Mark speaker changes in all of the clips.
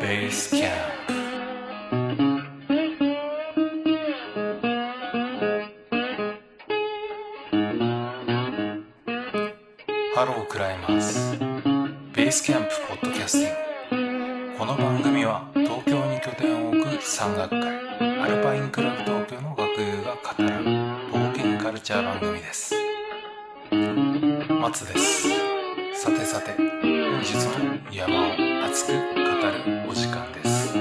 Speaker 1: ベースキャンプハロークライマーズベースキャンプポッドキャスティングこの番組は東京に拠点を置く山岳会アルパインクラブ東京の学友が語る冒険カルチャー番組です松ですさてさて本日も山を熱く語るお時間です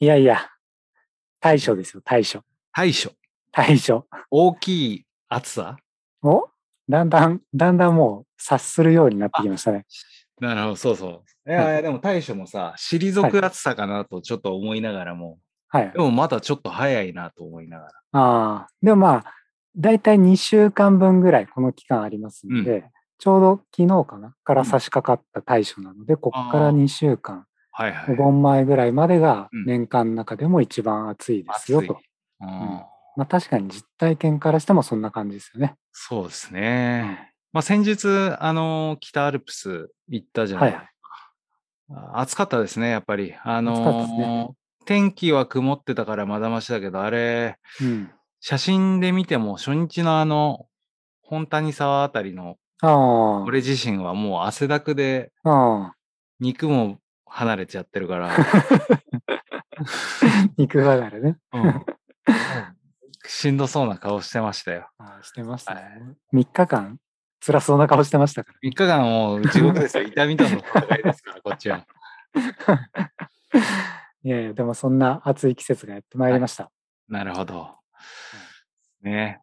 Speaker 2: いやいや、大将ですよ、大将。
Speaker 3: 対処。
Speaker 2: 大将。
Speaker 3: 大きい暑さ
Speaker 2: おだんだん、だんだんもう察するようになってきましたね。
Speaker 3: なるほど、そうそう。いやいや、でも対処もさ、退く暑さかなとちょっと思いながらも、
Speaker 2: はい
Speaker 3: で。もまだちょっと早いなと思いながら。
Speaker 2: ああ。でもまあ、だいたい2週間分ぐらいこの期間ありますので、ちょうど昨日かなから差し掛かった大将なので、こっから
Speaker 3: あー
Speaker 2: 2週間、
Speaker 3: はいは
Speaker 2: お
Speaker 3: い。
Speaker 2: 盆前ぐらいまでが
Speaker 3: うん
Speaker 2: 年間の中でも一番暑いですよ
Speaker 3: 暑い
Speaker 2: と。
Speaker 3: うん
Speaker 2: まあ確かに実体験からしてもそんな感じですよね。
Speaker 3: そうですね。まあ、先日、あの、北アルプス行ったじゃな
Speaker 2: はいい
Speaker 3: です
Speaker 2: は
Speaker 3: か。
Speaker 2: い。
Speaker 3: あ暑かったですね、やっぱり。あ
Speaker 2: 暑かったです
Speaker 3: の
Speaker 2: ね、
Speaker 3: 天気は曇ってたからまだましだけど、あれ、
Speaker 2: うん。
Speaker 3: 写真で見ても初日のあの、本谷沢あたりの、
Speaker 2: あ
Speaker 3: 俺自身はもう汗だくで
Speaker 2: あ。ああ。
Speaker 3: 肉も離れちゃってるから、
Speaker 2: 肉離れね。
Speaker 3: うんしんどそうな顔してましたよ。
Speaker 2: あーしてましたね。
Speaker 3: は
Speaker 2: 3日間、辛そうな顔してましたか
Speaker 3: 3日間もう地獄ですよ。痛みとの戦いですから、こっちは。
Speaker 2: ら。いやいや、でもそんな暑い季節がやってまいりました。
Speaker 3: なるほど。ね。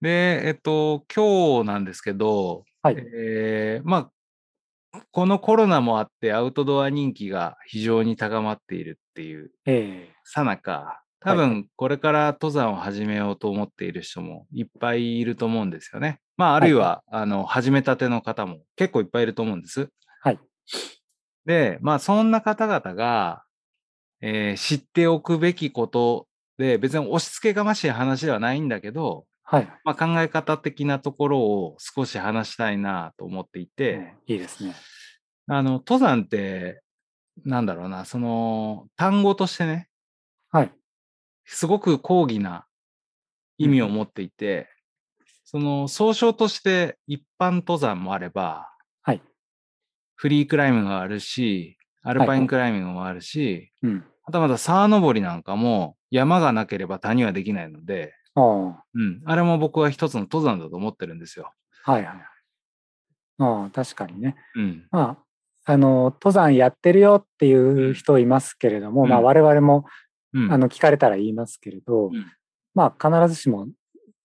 Speaker 3: で、えっと、今日なんですけど、
Speaker 2: はい。
Speaker 3: えーまあ、このコロナもあってアウトドア人気が非常に高まっているっていう
Speaker 2: え
Speaker 3: さなか、多分これから登山を始めようと思っている人もいっぱいいると思うんですよね。まあ、あるいは、あの、始めたての方も結構いっぱいいると思うんです。
Speaker 2: はい。
Speaker 3: で、まあ、そんな方々が、えー知っておくべきことで、別に押し付けがましい話ではないんだけど、
Speaker 2: えはい。
Speaker 3: まあ、考え方的なところを少し話したいなと思っていて、
Speaker 2: いいですね。
Speaker 3: あの、登山って、なんだろうな、その、単語としてね、
Speaker 2: はい。
Speaker 3: すごく高義な意味を持っていて、その総称として一般登山もあれば、
Speaker 2: はい
Speaker 3: フリークライミングがあるし、アルパインクライミングもあるし、
Speaker 2: うん。
Speaker 3: はたまた沢登りなんかも山がなければ谷はできないので、
Speaker 2: ああ。
Speaker 3: うん、あれも僕は一つの登山だと思ってるんですよ。
Speaker 2: はいはい。ああ、確かにね。
Speaker 3: うん、
Speaker 2: まあ、あの、登山やってるよっていう人いますけれども、
Speaker 3: うん
Speaker 2: まあ我々も、
Speaker 3: うん、
Speaker 2: あの、聞かれたら言いますけれど、
Speaker 3: うん
Speaker 2: まあ必ずしも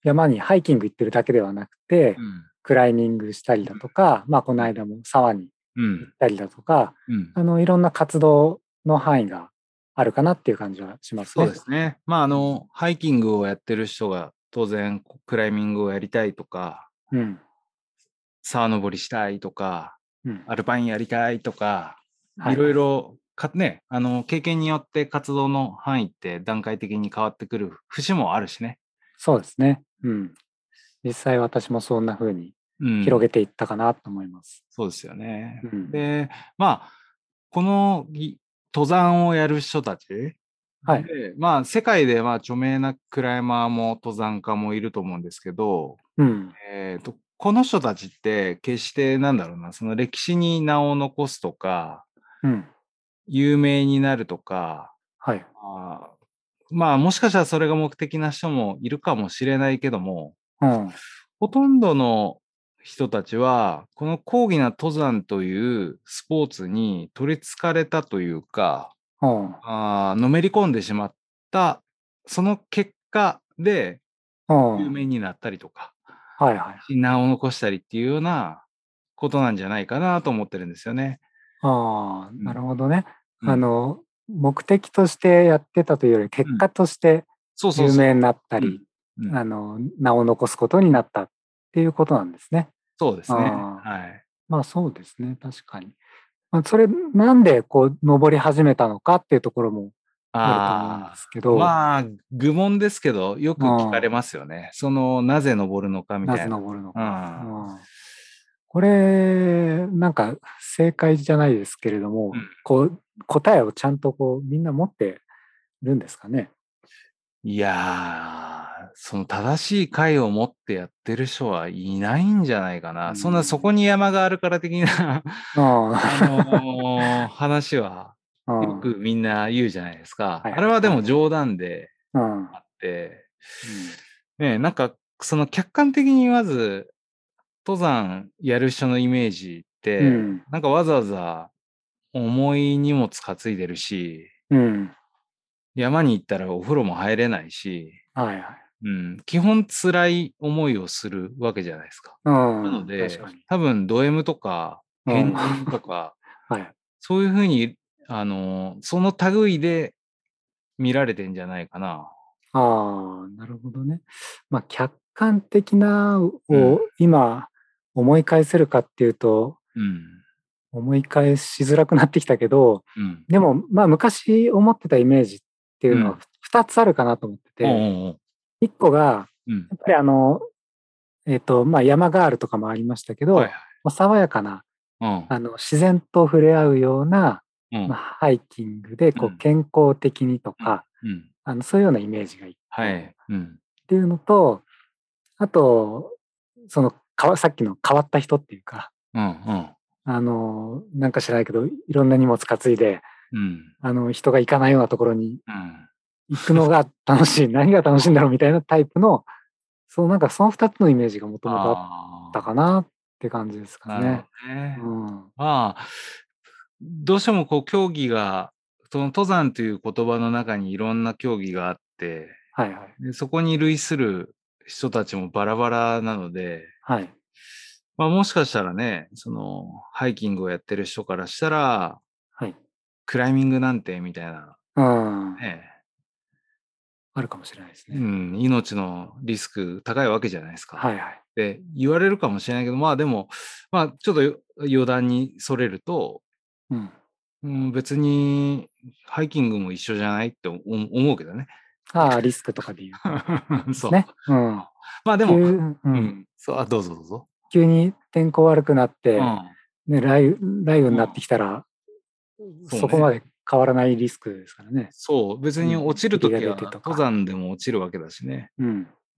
Speaker 2: 山にハイキング行ってるだけではなくて、
Speaker 3: うん、
Speaker 2: クライミングしたりだとか、まあこの間も沢に
Speaker 3: う
Speaker 2: 行っ
Speaker 3: ん、
Speaker 2: たりだとか、
Speaker 3: うん。
Speaker 2: あの、いろんな活動の範囲があるかなっていう感じはします
Speaker 3: そ
Speaker 2: ね。
Speaker 3: うですね。まあ、あの、ハイキングをやってる人が当然クライミングをやりたいとか、
Speaker 2: うん。
Speaker 3: 沢登りしたいとか、
Speaker 2: うん。
Speaker 3: アルパインやりたいとか、
Speaker 2: はい
Speaker 3: いろいろか、ね、あの経験によって活動の範囲って段階的に変わってくる節もあるしね。
Speaker 2: そうですね。うん。実際私もそんな風に
Speaker 3: うん、
Speaker 2: 広
Speaker 3: げ
Speaker 2: げていったかなと思います。
Speaker 3: そうですよね。
Speaker 2: うん。
Speaker 3: で、まあ、このぎ登山をやる人たち、
Speaker 2: はい。
Speaker 3: でまあ、世界でまあ著名なクライマーも登山家もいると思うんですけど、
Speaker 2: うん。
Speaker 3: えーとこの人たちって決してなんだろうな、その歴史に名を残すとか、
Speaker 2: うん。
Speaker 3: 有名になるとか、
Speaker 2: はい。
Speaker 3: あーまあもしかしたらそれが目的な人もいるかもしれないけども
Speaker 2: うん。
Speaker 3: ほとんどの人たちはこの高義な登山というスポーツに取りつかれたというか
Speaker 2: うん。
Speaker 3: あーのめり込んでしまったその結果で
Speaker 2: うん。
Speaker 3: 有名になったりとか
Speaker 2: はいはい。
Speaker 3: 名を残したりっていうようなことなんじゃないかなと思ってるんですよね。
Speaker 2: ああ、
Speaker 3: ん
Speaker 2: なるほどね。
Speaker 3: うん
Speaker 2: あの、目的としてやってたというより、結果として
Speaker 3: そうそう
Speaker 2: 有
Speaker 3: そう
Speaker 2: 名になった
Speaker 3: う
Speaker 2: り
Speaker 3: んうん
Speaker 2: あの、名を残すことになったっていうことなんですね。
Speaker 3: そうですね。
Speaker 2: あー
Speaker 3: はい。
Speaker 2: まあそうですね、確かに。まあ、それ、なんでこう、登り始めたのかっていうところもあると思うん
Speaker 3: あ
Speaker 2: で
Speaker 3: ー
Speaker 2: すけど、
Speaker 3: まあ、愚問ですけど、よく聞かれますよね。その、なぜ登るのかみ
Speaker 2: な
Speaker 3: た
Speaker 2: ぜ
Speaker 3: いな。
Speaker 2: 登るの
Speaker 3: う
Speaker 2: か。
Speaker 3: ん。
Speaker 2: うんこれ、なんか正解じゃないですけれども、
Speaker 3: うん
Speaker 2: こう、答えをちゃんとこう、みんな持ってるんですかね。
Speaker 3: いやー、その正しい解を持ってやってる人はいないんじゃないかな。
Speaker 2: うん
Speaker 3: そんな、そこに山があるから的 な、
Speaker 2: うん
Speaker 3: あのー話は、
Speaker 2: うん
Speaker 3: よくみんな言うじゃないですか。
Speaker 2: はいはい
Speaker 3: あれはでも冗談で
Speaker 2: うん
Speaker 3: あって、ねえ、なんか、その客観的にまず、登山やる人のイメージって、
Speaker 2: うん
Speaker 3: なんかわざわざ重い荷物担いでるし、
Speaker 2: うん
Speaker 3: 山に行ったらお風呂も入れないし、
Speaker 2: はいはい。
Speaker 3: うん、基本辛い思いをするわけじゃないですか。
Speaker 2: うん
Speaker 3: なので
Speaker 2: 確かに、
Speaker 3: 多分ド M とか、
Speaker 2: うん
Speaker 3: 変人とか、
Speaker 2: はい。
Speaker 3: そういうふうに、あの、その類で見られてんじゃないかな。
Speaker 2: ああ、なるほどね。まあ、客観的なを
Speaker 3: うん
Speaker 2: 今思い返せるかっていうと、
Speaker 3: うん。
Speaker 2: 思い返しづらくなってきたけど、
Speaker 3: うん。
Speaker 2: でも、まあ、昔思ってたイメージっていう
Speaker 3: う
Speaker 2: のは2つあるかなと思って
Speaker 3: おうお
Speaker 2: て、
Speaker 3: うおう
Speaker 2: 1個が、
Speaker 3: うん。
Speaker 2: やっぱりあの、えっ、と、まあ、山ガールとかもありましたけど、
Speaker 3: はいはい
Speaker 2: まあ爽やかな、
Speaker 3: うん
Speaker 2: あの、自然と触れ合うような、
Speaker 3: うん
Speaker 2: まあ、ハイキングで、こ
Speaker 3: うん
Speaker 2: う、健康的にとか、
Speaker 3: うん。
Speaker 2: あの、そういうようなイメージがいい。
Speaker 3: はい。うん。
Speaker 2: っていうのと、あと、そのかわ、さっきの変わった人っていうか、
Speaker 3: うん。うん。
Speaker 2: あの、なんか知らないけど、いろんな荷物担いで、
Speaker 3: うん。
Speaker 2: あの、人が行かないようなところに
Speaker 3: うん。
Speaker 2: 行くのが楽しい、 何が楽しいんだろうみたいなタイプの、そう、なんかその二つのイメージがもともとあ
Speaker 3: あ
Speaker 2: ったかなって感じですか
Speaker 3: ーなる
Speaker 2: ね。
Speaker 3: ほどね。
Speaker 2: うん。
Speaker 3: まあ、どうしてもこう、競技が、その登山という言葉の中にいろんな競技があって、
Speaker 2: はいはい。
Speaker 3: でそこに類する人たちもバラバラなので、
Speaker 2: はい。
Speaker 3: まあもしかしたらね、その、ハイキングをやってる人からしたら、
Speaker 2: はい。
Speaker 3: クライミングなんてみたいな、
Speaker 2: うん。
Speaker 3: ね、
Speaker 2: あるかもしれないです
Speaker 3: う
Speaker 2: ね。
Speaker 3: ん、命のリスク高いわけじゃないですか。
Speaker 2: はいはい。
Speaker 3: って言われるかもしれないけど、まあでも、まあちょっとよ余談にそれると、
Speaker 2: うん。
Speaker 3: うん、別にハイキングも一緒じゃないって思思うけどね。
Speaker 2: ああ、リスクとかで言う。
Speaker 3: そう。
Speaker 2: ね。うん。
Speaker 3: まあで
Speaker 2: 急
Speaker 3: も、
Speaker 2: う、
Speaker 3: うんん、そうあどうぞどうぞ。
Speaker 2: 急に天候悪くなって、
Speaker 3: うん
Speaker 2: ね、雷雨雷雨になってきたら、
Speaker 3: そうね
Speaker 2: そこまで変わらないリスクですからね。
Speaker 3: そう、別に
Speaker 2: うん
Speaker 3: 落ちるとき
Speaker 2: 霧
Speaker 3: は
Speaker 2: が出てとか
Speaker 3: 登山でも落ちるわけだしね。
Speaker 2: うん。
Speaker 3: う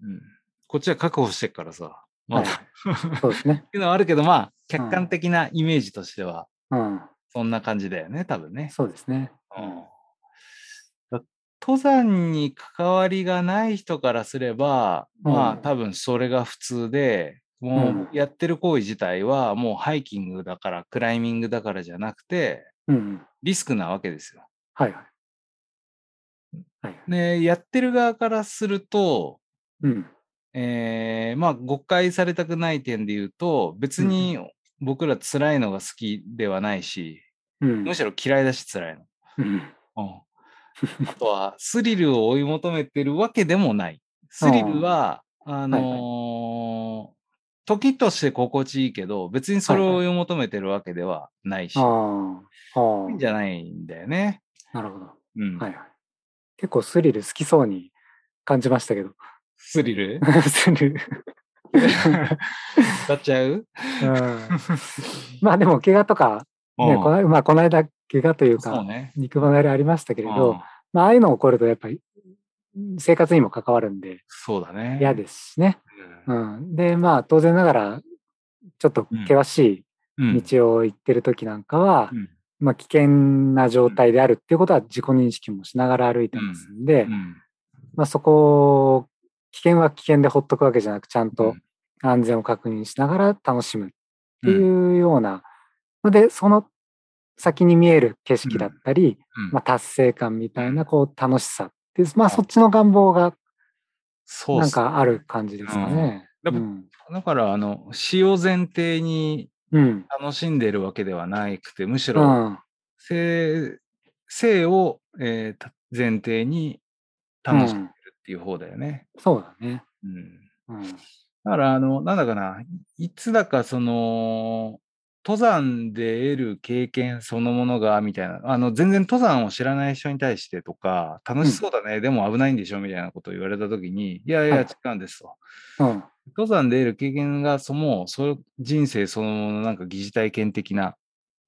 Speaker 3: ん、こっちは確保してっからさ。まあ、
Speaker 2: はい
Speaker 3: っ、
Speaker 2: そうですね。
Speaker 3: ていうのはあるけど、まあ、客観的なイメージとしては、
Speaker 2: うん。
Speaker 3: そんな感じだよね、多分ね。
Speaker 2: そうですね。
Speaker 3: だ登山に関わりがない人からすれば、まあ
Speaker 2: うん
Speaker 3: 多分それが普通で、も
Speaker 2: うん
Speaker 3: うやってる行為自体はもうハイキングだからクライミングだからじゃなくて
Speaker 2: うん。
Speaker 3: リスクなわけですよ。
Speaker 2: はいはい。はい。
Speaker 3: でやってる側からすると、
Speaker 2: うん。
Speaker 3: えーまあ誤解されたくない点で言うと別に僕ら辛いのが好きではないし、
Speaker 2: うん。
Speaker 3: むしろ嫌いだし辛いの。
Speaker 2: うん。
Speaker 3: うん、あとはスリルを追い求めてるわけでもない。スリルは、あのー時として心地いいけど、別にそれを追い求めてるわけではないし、
Speaker 2: ああ。あ
Speaker 3: いいんじゃないんだよね。
Speaker 2: あ。なるほど。
Speaker 3: うん
Speaker 2: はいはい。結構スリル好きそうに感じましたけど。
Speaker 3: スリル
Speaker 2: スリル。
Speaker 3: 歌っちゃう、
Speaker 2: うん。まあでも、怪我とか、ね、
Speaker 3: うん
Speaker 2: このまあ、この間、怪我という
Speaker 3: そう
Speaker 2: か、
Speaker 3: ね。
Speaker 2: 肉離れありましたけれど、
Speaker 3: うん
Speaker 2: まあ、ああいうの起こるとやっぱり生活にも関わるんで
Speaker 3: そうだね。
Speaker 2: 嫌ですしね。
Speaker 3: う
Speaker 2: うんん、でまあ当然ながらちょっと険し
Speaker 3: うん
Speaker 2: い道を行ってる時なんかは、
Speaker 3: うん
Speaker 2: まあ、危険な状態であるっていうことは自己認識もしながら歩いてますんで、
Speaker 3: うん
Speaker 2: まあ、そこを危険は危険でほっとくわけじゃなくちゃん
Speaker 3: う
Speaker 2: と
Speaker 3: ん
Speaker 2: 安全を確認しながら楽しむっていうような、のでその先に見える景色だったり、
Speaker 3: うん
Speaker 2: まあ、達成感みたいなこう楽しさっていう、まあ、そっちの願望が
Speaker 3: そうっ
Speaker 2: なん
Speaker 3: す
Speaker 2: かある感じですかね。
Speaker 3: う
Speaker 2: うん
Speaker 3: でも
Speaker 2: ん
Speaker 3: だから、あの、詩を前提に
Speaker 2: うん
Speaker 3: 楽しんでるわけではなくて、むし
Speaker 2: う
Speaker 3: ろ、
Speaker 2: ん
Speaker 3: 性性を、えーた前提に
Speaker 2: う
Speaker 3: 楽しむっ
Speaker 2: ん
Speaker 3: っていう方だよね。
Speaker 2: そうだね。
Speaker 3: うん。
Speaker 2: うん。
Speaker 3: だから、あの、なんだかな、いつだかその、登山で得る経験そのものが、みたいな、あの、全然登山を知らない人に対してとか、楽しそうだね、でも危ないんでしょ、みたいなことを言われたときに、いやい
Speaker 2: は
Speaker 3: や、
Speaker 2: い
Speaker 3: 違うんですと。
Speaker 2: うん。
Speaker 3: 登山で得る経験が、そも、そう人生そのもの、なんか疑似体験的な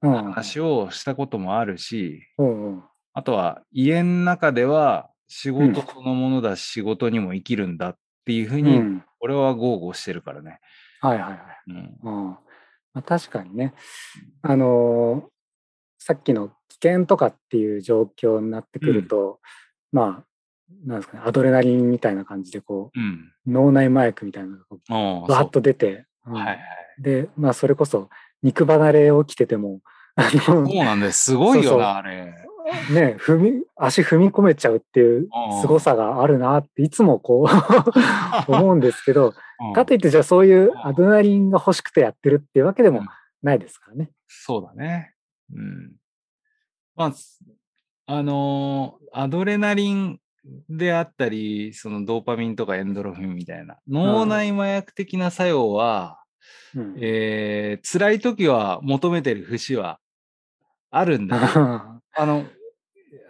Speaker 2: うん。
Speaker 3: 話をしたこともあるし、
Speaker 2: うんうん。
Speaker 3: あとは家の中では仕事そのものだし、仕事にも生きるんだっていうふう
Speaker 2: う
Speaker 3: に、
Speaker 2: ん。
Speaker 3: 俺は豪語してるからね。
Speaker 2: はいはいはい。
Speaker 3: うん。
Speaker 2: うん。まあ、確かにね、あのーさっきの危険とかっていう状況になってくると、まあ、なんですかね、アドレナリンみたいな感じで、こ
Speaker 3: うん。
Speaker 2: う、脳内麻薬みたいなのがこ
Speaker 3: お
Speaker 2: う
Speaker 3: ー
Speaker 2: バー
Speaker 3: そ
Speaker 2: ッと出て、う
Speaker 3: う。
Speaker 2: ん
Speaker 3: はいはい。
Speaker 2: で、まあ、それこそ、肉離れ起きてても、あの、
Speaker 3: そうなんです。すごいよな、
Speaker 2: そうそう
Speaker 3: あれ。
Speaker 2: ね、踏み、足踏み込めちゃうっていう
Speaker 3: うん
Speaker 2: 凄さがあるなって、いつもこ う、思うんですけど、
Speaker 3: うん
Speaker 2: かといって、じゃあそういう
Speaker 3: うん
Speaker 2: アドレナリンが欲しくてやってるっていうわけでもないですからね。
Speaker 3: そうだね。うん。まあ、すあのーアドレナリンであったり、そのドーパミンとかエンドロフィンみたいな、脳内麻薬的な作用は、
Speaker 2: うん
Speaker 3: えー、辛い時は求めてる節はあるんだけどあの、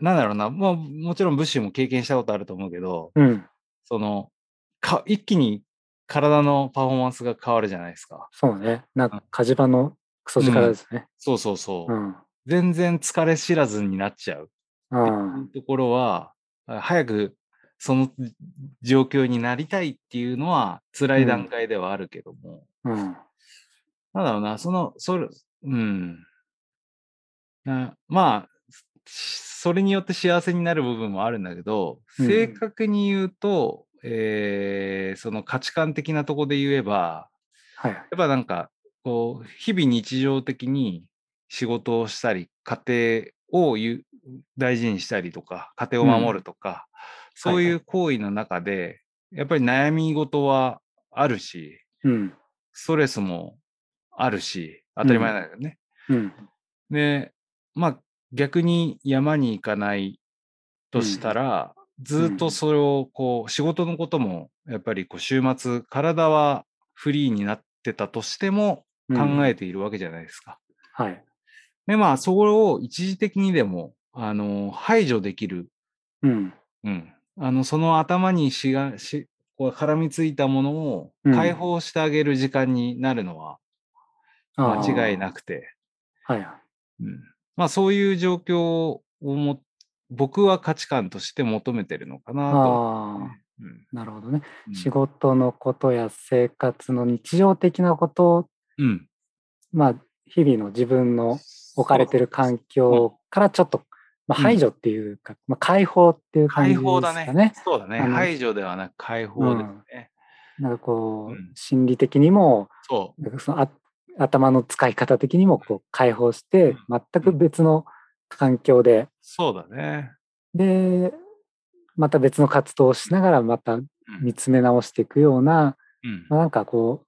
Speaker 3: なんだろうな、まあ、もちろん武士も経験したことあると思うけど、
Speaker 2: うん、
Speaker 3: その、か一気に体のパフォーマンスが変わるじゃないですか。
Speaker 2: そうね。なんか、火事場のクソ力ですね。
Speaker 3: そうそうそうう。
Speaker 2: ん。
Speaker 3: 全然疲れ知らずになっちゃう
Speaker 2: う
Speaker 3: ってい
Speaker 2: ん。
Speaker 3: うところは、早くその状況になりたいっていうのは辛い段階ではあるけども、
Speaker 2: うん。
Speaker 3: なんだろうな、その、それ、うん。なまあ、しそれによって幸せになる部分もあるんだけど、
Speaker 2: うん
Speaker 3: 正確に言うと、えーその価値観的なとこで言えば、
Speaker 2: はいはい。
Speaker 3: やっぱなんか、こう、日々日常的に仕事をしたり、家庭をゆ大事にしたりとか、家庭を守るとか、そう
Speaker 2: はい
Speaker 3: い
Speaker 2: は
Speaker 3: う行為の中で、やっぱり悩み事はあるし、
Speaker 2: うん。
Speaker 3: ストレスもあるし、当たり前なんだけどね。
Speaker 2: うん。
Speaker 3: で、まあ逆に山に行かないとしたら、ずっとそれをこう仕事のこともやっぱりこう週末体はフリーになってたとしても考
Speaker 2: え、
Speaker 3: えているわけじゃないですか。
Speaker 2: はい。
Speaker 3: でまあそこを一時的にでもあの排除できる、
Speaker 2: うん。
Speaker 3: うん、あのその頭にしがしこう絡みついたものを
Speaker 2: うん
Speaker 3: 解放してあげる時間になるのは間違いな
Speaker 2: く。
Speaker 3: くて。
Speaker 2: はいはい。
Speaker 3: うんまあそういう状況をも僕は価値観として求めてるのかなと思
Speaker 2: あ
Speaker 3: う
Speaker 2: あ
Speaker 3: ね。うん
Speaker 2: ー、なるほどね。
Speaker 3: うん
Speaker 2: 仕事のことや生活の日常的なことを、
Speaker 3: うん
Speaker 2: まあ、日々の自分の置かれてる環境からちょっと、まあ、
Speaker 3: うん
Speaker 2: 排除っていうか、まあ、解放っていう感
Speaker 3: 解
Speaker 2: じです
Speaker 3: 放だ
Speaker 2: かね。
Speaker 3: ね。そうだね。
Speaker 2: あの
Speaker 3: 排除ではなく解放ですね。
Speaker 2: なんかこう、
Speaker 3: うん
Speaker 2: 心理的にも、
Speaker 3: そう。
Speaker 2: なんかそのあ頭の使い方的にもこう解放して、全く別の環境で、
Speaker 3: そうだね。
Speaker 2: で、また別の活動をしながら、また
Speaker 3: うん
Speaker 2: 見つめ直していくような、
Speaker 3: うん
Speaker 2: まあ、なんかこ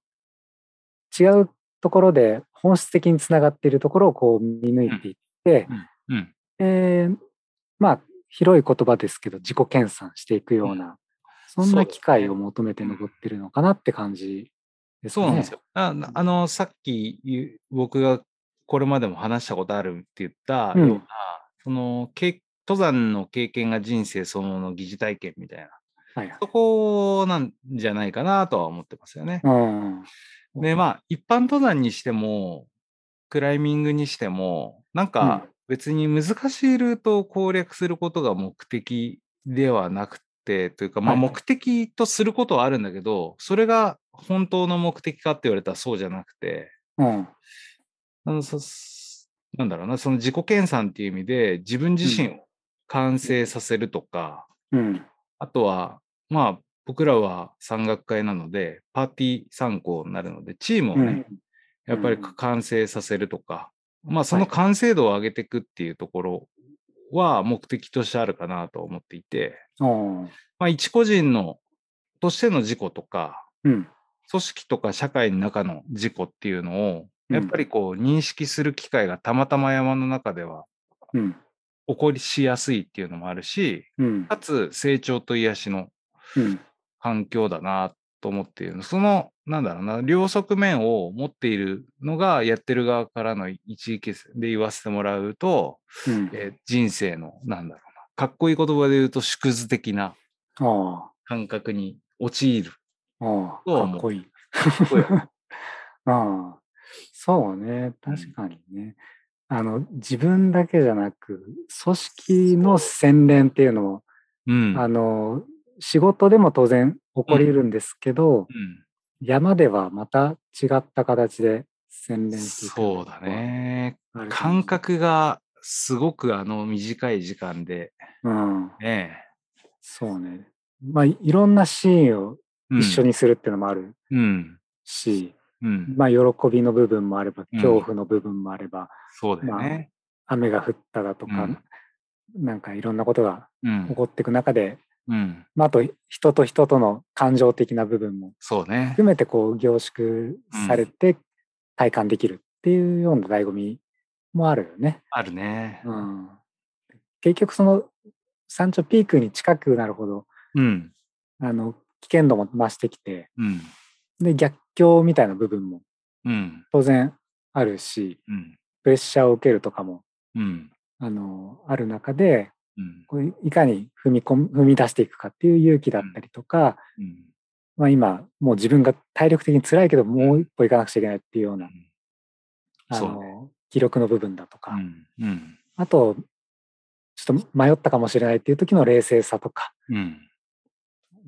Speaker 2: う違うところで本質的につながっているところをこう見抜いていって、
Speaker 3: うん
Speaker 2: えーまあ広い言葉ですけど自己研鑽していくような、そん
Speaker 3: そう
Speaker 2: な
Speaker 3: ですね
Speaker 2: 機会を求めて登ってるのかなって感じです
Speaker 3: そ
Speaker 2: ね。
Speaker 3: うなんですよ。あなあの、さっき言う僕がこれまでも話したことあるって言った
Speaker 2: う
Speaker 3: よ
Speaker 2: ん
Speaker 3: うな、そのけ登山の経験が人生そのものの疑似体験みたいな、
Speaker 2: はいはい
Speaker 3: そこなんじゃないかなとは思ってますよね。
Speaker 2: うん
Speaker 3: で、まあ、一般登山にしても、クライミングにしても、なんか別に難しいルートを攻略することが目的ではなくて、というか、まあ、
Speaker 2: はいはい
Speaker 3: 目的とすることはあるんだけど、それが本当の目的かって言われたらそうじゃなくて、
Speaker 2: うん
Speaker 3: あのそなんだろうな、その自己研鑽っていう意味で、自分自身を完成させるとか、
Speaker 2: うん
Speaker 3: あとは、まあ、僕らは山岳会なので、パーティー参考になるので、チームを
Speaker 2: う
Speaker 3: ね、
Speaker 2: ん
Speaker 3: やっぱり
Speaker 2: うん
Speaker 3: 完成させるとか、まあその
Speaker 2: はい
Speaker 3: 完成度を上げていくっていうところは目的としてあるかなと思っていて、
Speaker 2: うん
Speaker 3: まあ一個人のとしての事故とか、
Speaker 2: うん
Speaker 3: 組織とか社会の中の事故っていうのを、
Speaker 2: うん
Speaker 3: やっぱりこう認識する機会がたまたま山の中では
Speaker 2: うん
Speaker 3: 起こりしやすいっていうのもあるし、
Speaker 2: うん
Speaker 3: かつ成長と癒しの
Speaker 2: うん
Speaker 3: 環境だなと思っているそのなんだろうな両側面を持っているのがやってる側からの一意見で言わせてもらうと、
Speaker 2: うん
Speaker 3: えー人生のなんだろうなかっこいい言葉で言うと縮図的な
Speaker 2: あ
Speaker 3: 感覚に陥る。
Speaker 2: あああ
Speaker 3: どう
Speaker 2: か
Speaker 3: 思う
Speaker 2: っこいい。
Speaker 3: こい い
Speaker 2: ああそうね確かにね、あの自分だけじゃなく組織の洗練っていうのも、
Speaker 3: うん
Speaker 2: あの仕事でも当然起こりうるんですけど、
Speaker 3: うん
Speaker 2: 山ではまた違った形で洗練していく
Speaker 3: そうだね。
Speaker 2: あるかも
Speaker 3: 感覚がすごくあの短い時間で
Speaker 2: うん
Speaker 3: ね。
Speaker 2: そうねまあいいろんなシーンを
Speaker 3: うん
Speaker 2: 一緒。にするっていうのもある
Speaker 3: うん。
Speaker 2: し、
Speaker 3: うん。
Speaker 2: まあ喜びの部分もあれば
Speaker 3: うん
Speaker 2: 恐怖の部分もあれば、
Speaker 3: そうだよね。
Speaker 2: 雨が降っただとか、
Speaker 3: うん
Speaker 2: なんかいろんなことが
Speaker 3: うん
Speaker 2: 起。こっていく中で、
Speaker 3: うん。
Speaker 2: まあ、あと人と人との感情的な部分も
Speaker 3: そうね。
Speaker 2: 含めてこう凝縮されて体感できるっていうような醍醐味もあるよね。
Speaker 3: あるね。
Speaker 2: うん、結局その山頂ピークに近くなるほど
Speaker 3: うん。
Speaker 2: あの危険度も増してきて
Speaker 3: うん。
Speaker 2: で逆境みたいな部分も
Speaker 3: うん。
Speaker 2: 当然あるし
Speaker 3: うん。
Speaker 2: プレッシャーを受けるとかも
Speaker 3: うん。
Speaker 2: あのある中で
Speaker 3: うん。
Speaker 2: こういかに踏み込む踏み出していくかっていう勇気だったりとか、
Speaker 3: うん。
Speaker 2: まあ、今もう自分が体力的に辛いけどもう一歩行かなくちゃいけないっていうような、あ
Speaker 3: そう
Speaker 2: の、
Speaker 3: ね。
Speaker 2: 記録の部分だとか、
Speaker 3: うん。うん。
Speaker 2: あとちょっと迷ったかもしれないっていう時の冷静さとか、
Speaker 3: うん。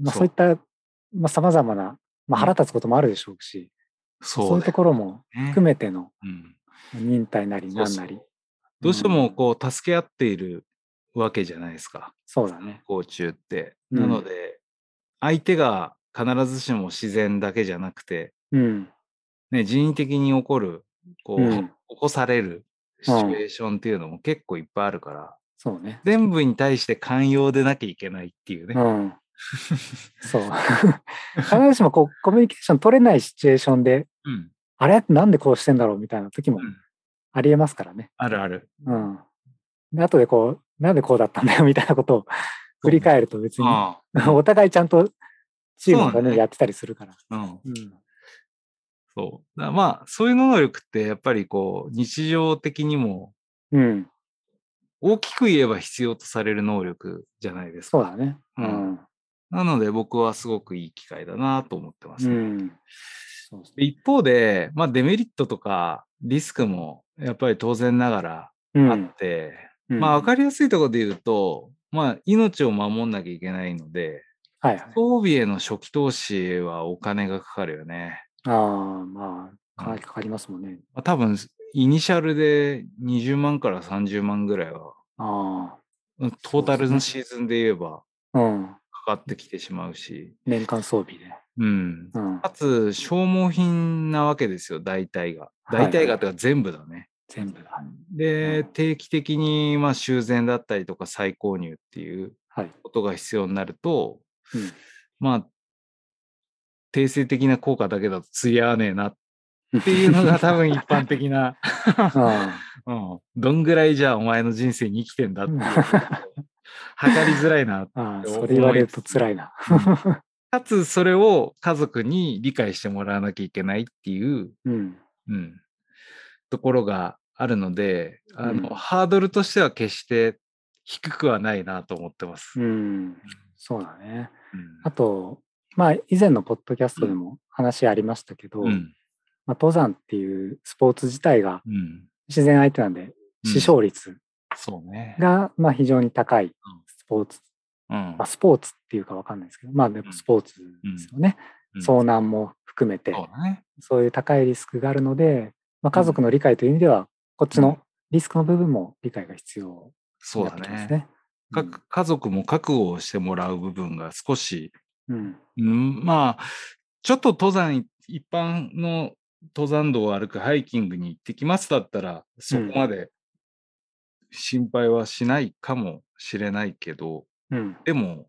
Speaker 2: まあ、
Speaker 3: そう
Speaker 2: そういったさまざ、まな、まあ、腹立つこともあるでしょうし、そう
Speaker 3: そう
Speaker 2: いう
Speaker 3: だ
Speaker 2: と
Speaker 3: よ
Speaker 2: ころも
Speaker 3: ね。
Speaker 2: 含めての
Speaker 3: うん。
Speaker 2: 忍耐なり
Speaker 3: そう
Speaker 2: 何
Speaker 3: そ
Speaker 2: な
Speaker 3: う
Speaker 2: り
Speaker 3: どうしてもこう助け合っているわけじゃないですか。
Speaker 2: そうだね
Speaker 3: 甲虫って。
Speaker 2: うん
Speaker 3: なので、相手が必ずしも自然だけじゃなくて、
Speaker 2: うん
Speaker 3: ね、人為的に起こる、こう、
Speaker 2: うん
Speaker 3: 起こされるシチュエーションっていうのも結構いっぱいあるから、
Speaker 2: そうね
Speaker 3: 全部に対して寛容でなきゃいけないっていうね。
Speaker 2: うんそう必ずしもこうコミュニケーション取れないシチュエーションで
Speaker 3: うん。
Speaker 2: あれなんでこうしてんだろうみたいな時も
Speaker 3: うん
Speaker 2: ありえますからね。
Speaker 3: あるある。
Speaker 2: うん。で、後でこう、なんでこうだったんだよみたいなことを振り返ると別に、
Speaker 3: あ
Speaker 2: お互いちゃんとチームのた
Speaker 3: そうなんだ
Speaker 2: め
Speaker 3: ね
Speaker 2: にやってたりするから。
Speaker 3: あうん。
Speaker 2: うん。
Speaker 3: そう。だからまあ、そういう能力って、やっぱりこう、日常的にも、
Speaker 2: うん。
Speaker 3: 大きく言えば必要とされる能力じゃないですか。
Speaker 2: そうだね。うん。
Speaker 3: なので、僕はすごくいい機会だなと思ってます
Speaker 2: う
Speaker 3: ね。
Speaker 2: ん。そう
Speaker 3: で一方で、まあ、デメリットとかリスクもやっぱり当然ながら
Speaker 2: う
Speaker 3: あ
Speaker 2: ん
Speaker 3: っ。て、
Speaker 2: うん
Speaker 3: まあ、分かりやすいところで言うと、まあ、命を守んなきゃいけないので、
Speaker 2: はいはい。
Speaker 3: 装備への初期投資はお金がかかるよね。
Speaker 2: ああ、まあ、かなりかかりますもんね。
Speaker 3: まあ、多分、イニシャルで20万から30万ぐらいは、
Speaker 2: あ
Speaker 3: うんトータルのシーズンで言えば
Speaker 2: あ。うん。
Speaker 3: かかってきてしまうし、
Speaker 2: 年間装備で。
Speaker 3: うん。
Speaker 2: うん
Speaker 3: か。つ、消耗品なわけですよ、大体が。
Speaker 2: はいはい
Speaker 3: 大体がというか全部だね。
Speaker 2: 全部だ。う
Speaker 3: で
Speaker 2: ん、
Speaker 3: 定期的に、まあ、修繕だったりとか再購入っていう
Speaker 2: はい。
Speaker 3: ことが必要になると、
Speaker 2: うん
Speaker 3: まあ、定性的な効果だけだと釣り合わねえなっていうのが 多分一般的な、
Speaker 2: あ
Speaker 3: うん、どんぐらいじゃあお前の人生に生きてんだっていうのを
Speaker 2: あ
Speaker 3: 測りづらいな。
Speaker 2: ああ、それ言われると辛い な。
Speaker 3: かつ、それを家族に理解してもらわなきゃいけないっていう、
Speaker 2: うん。
Speaker 3: うん、ところがあるので、あの、
Speaker 2: うん
Speaker 3: ハードルとしては決して低くはないなと思ってます。
Speaker 2: うん。そうだね。
Speaker 3: うん
Speaker 2: あと、まあ、以前のポッドキャストでも話ありましたけど、
Speaker 3: うん
Speaker 2: まあ、登山っていうスポーツ自体が
Speaker 3: うん
Speaker 2: 自然相手なんで、死傷率
Speaker 3: そうね。
Speaker 2: がまあ非常に高いスポーツ、
Speaker 3: うん
Speaker 2: まあ、スポーツっていうかわかんないですけど、まあ、でもスポーツですよね。
Speaker 3: うん
Speaker 2: 遭難も含めて、
Speaker 3: そうだね。
Speaker 2: そういう高いリスクがあるので、まあ、家族の理解という意味では、こっちのリスクの部分も理解が必要に
Speaker 3: そう
Speaker 2: なっ
Speaker 3: だ
Speaker 2: てきます
Speaker 3: ね。
Speaker 2: ね。
Speaker 3: 各家族も覚悟をしてもらう部分が少し、
Speaker 2: うん、
Speaker 3: うん、まあ、ちょっと登山い、一般の登山道を歩くハイキングに行ってきますだったら、そこまで心配はしないかもしれないけど、
Speaker 2: うん、
Speaker 3: でも、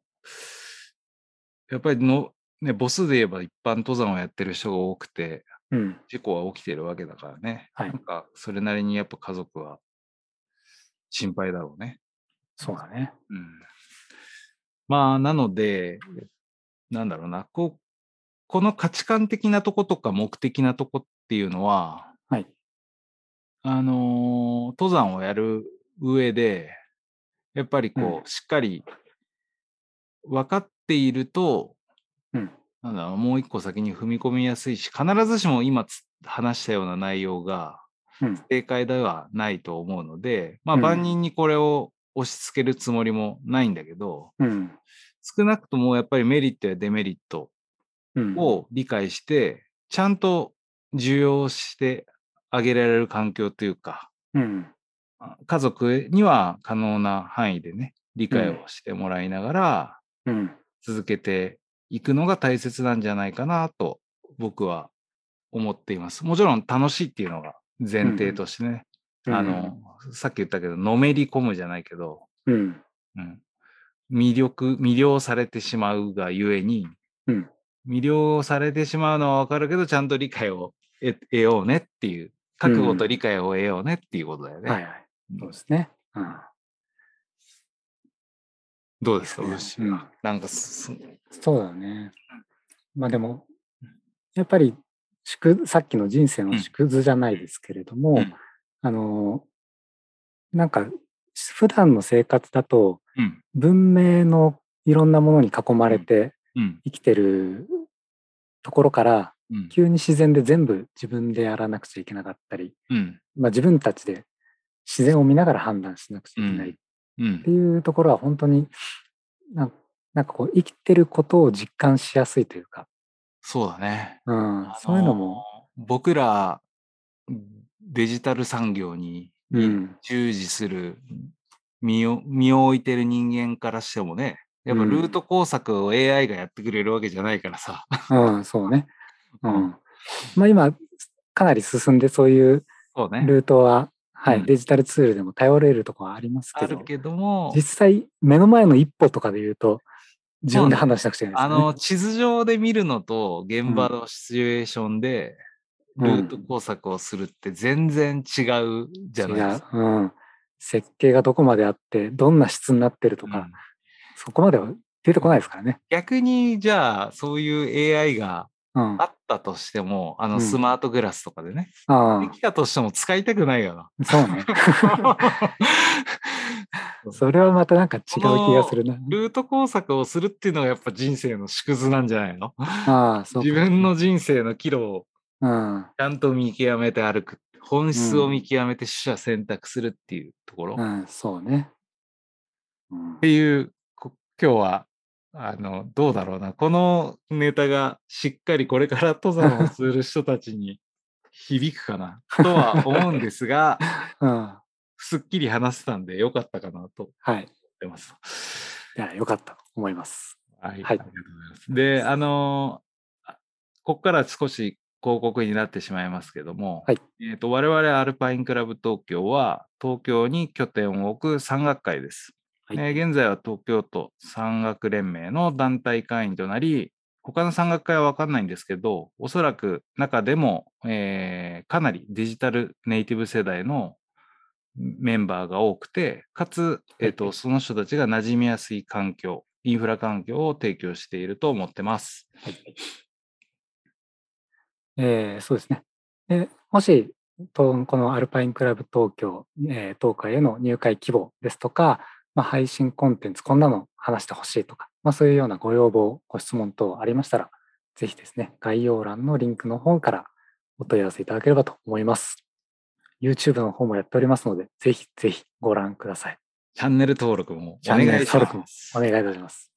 Speaker 3: やっぱりの、ね、母数で言えば一般登山をやってる人が多くて、
Speaker 2: うん、
Speaker 3: 事故は起きてるわけだからね。
Speaker 2: はい
Speaker 3: なんか、それなりにやっぱ家族は心配だろうね。
Speaker 2: そうだね。
Speaker 3: うん。まあ、なので、なんだろうな、こう、この価値観的なとことか目的なとこっていうのは、
Speaker 2: はい。
Speaker 3: あのー登山をやる上で、やっぱりこう、しっかり分かっていると、
Speaker 2: うん
Speaker 3: なんだろうもう一個先に踏み込みやすいし、必ずしも今つ話したような内容が
Speaker 2: うん。
Speaker 3: 正解ではないと思うので、まあ、
Speaker 2: うん
Speaker 3: 万人にこれを押し付けるつもりもないんだけど、
Speaker 2: うん。
Speaker 3: 少なくともやっぱりメリットやデメリット
Speaker 2: うん。
Speaker 3: を理解して、ちゃんと受容してあげられる環境というか、
Speaker 2: うん。
Speaker 3: あ家族には可能な範囲でね、理解をしてもらいながら
Speaker 2: うん。
Speaker 3: 続けていくのが大切なんじゃないかなと僕は思っています。もちろん楽しいっていうのが前提としてね、あの、さっき言ったけど、のめり込むじゃないけど、
Speaker 2: うん。
Speaker 3: うん、魅力、魅了されてしまうがゆえに、
Speaker 2: うん
Speaker 3: 魅了されてしまうのはわかるけど、ちゃんと理解を得得ようねっていう、覚悟と理解を得ようねっていうことだよね。
Speaker 2: はいはい。そうですね。うん。
Speaker 3: どうですか、
Speaker 2: うん
Speaker 3: 漆はなんかす、
Speaker 2: そうだね。まあでも、やっぱり縮、さっきの人生の縮図じゃないですけれども、
Speaker 3: うん
Speaker 2: あの、なんか、普段の生活だと、
Speaker 3: うん、
Speaker 2: 文明のいろんなものに囲まれて
Speaker 3: うん、
Speaker 2: 生きてるところから、
Speaker 3: うん、
Speaker 2: 急に自然で全部自分でやらなくちゃいけなかったり、
Speaker 3: うん、
Speaker 2: まあ、自分たちで自然を見ながら判断しなくちゃいけないっ
Speaker 3: う
Speaker 2: て
Speaker 3: ん、
Speaker 2: いうところは本当になんなんかこう生きてることを実感しやすいというか、
Speaker 3: そうだね。
Speaker 2: うん
Speaker 3: あ、
Speaker 2: そういうのも、
Speaker 3: のー。僕ら、デジタル産業に
Speaker 2: うん
Speaker 3: 従事する身を身を置いてる人間からしてもねやっぱ
Speaker 2: うん
Speaker 3: ルート工作を AI がやってくれるわけじゃないからさ、
Speaker 2: うん、そうね、う、
Speaker 3: うん
Speaker 2: まあ今かなり進んで そういう
Speaker 3: そうね
Speaker 2: ルートは、は
Speaker 3: う
Speaker 2: い、
Speaker 3: ん
Speaker 2: デジタルツールでも頼れるところはあります
Speaker 3: あ
Speaker 2: け
Speaker 3: る
Speaker 2: ど
Speaker 3: けども
Speaker 2: 実際目の前の一歩とかで言うと自分で判断しなくちゃいけない
Speaker 3: あ
Speaker 2: ですよね。
Speaker 3: の地図上で見るのと現場のシチュエーションで
Speaker 2: う
Speaker 3: ル
Speaker 2: ん
Speaker 3: ート工作をするって全然違うじゃないですか。
Speaker 2: 違う、うん、設計がどこまであってどんな質になってるとか、
Speaker 3: うん
Speaker 2: そこまでは出てこないですからね。
Speaker 3: 逆にじゃあそういう AI が
Speaker 2: うん、
Speaker 3: あ
Speaker 2: あ
Speaker 3: ったとしてもあ
Speaker 2: う
Speaker 3: の
Speaker 2: ん
Speaker 3: スマートグラスとかでね、
Speaker 2: あ
Speaker 3: できたとしても使いたくないよ な。
Speaker 2: そうね。それはまたなんか違う気がするな。
Speaker 3: ルート工作をするっていうのがやっぱ人生の縮図なんじゃないの
Speaker 2: ああ、そうか
Speaker 3: 自分の人生の岐路を
Speaker 2: うん
Speaker 3: ちゃんと見極めて歩く。本質を見極めて取捨選択するっていうところ。
Speaker 2: う
Speaker 3: っ
Speaker 2: ん、そうね。うん
Speaker 3: ていう、こ今日は、あの、どうだろうな。このネタがしっかりこれから登山をする人たちに響くかなとは思うんです が、
Speaker 2: うん、
Speaker 3: すっきり話せたんでよかったかなと思っ
Speaker 2: はい。
Speaker 3: てます。
Speaker 2: いや、よかったと思います。
Speaker 3: はい、
Speaker 2: は
Speaker 3: あり
Speaker 2: い
Speaker 3: がとうございます。で、あのーあここから少し広告になってしまいますけども、
Speaker 2: はい
Speaker 3: えー、と我々アルパインクラブ東京は東京に拠点を置く山岳会です。
Speaker 2: はい
Speaker 3: えー現在は東京都山岳連盟の団体会員となり、他の山岳会は分かんないんですけど、おそらく中でも、えーかなりデジタルネイティブ世代のメンバーが多くて、かつ、えー、とその人たちが馴染みやすい環境、インフラ環境を提供していると思ってます。
Speaker 2: えーそうですね。でもし、とこのアルパインクラブ東京、えー東海への入会希望ですとか、まあ、配信コンテンツ、こんなの話してほしいとか、まあ、そういうようなご要望、ご質問等ありましたら、ぜひですね、概要欄のリンクの方からお問い合わせいただければと思います。YouTube の方もやっておりますので、ぜひぜひご覧ください。
Speaker 3: チャンネル登録もお
Speaker 2: チャン
Speaker 3: 願
Speaker 2: ネ
Speaker 3: いし
Speaker 2: ル
Speaker 3: ます。
Speaker 2: 登録もお願いいたします。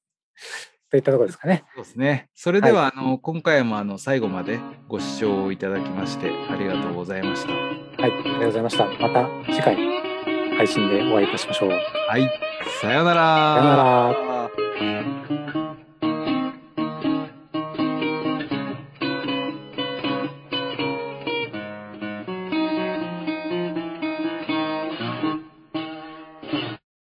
Speaker 2: といったところですかね。
Speaker 3: そうですね。それでは、
Speaker 2: はい
Speaker 3: あの今回もあの最後までご視聴いただきましてありがとうございました。
Speaker 2: はい、ありがとうございました。また次回配信でお会いいたしましょう。
Speaker 3: はい、さようなら。
Speaker 2: さようなら。
Speaker 3: ら。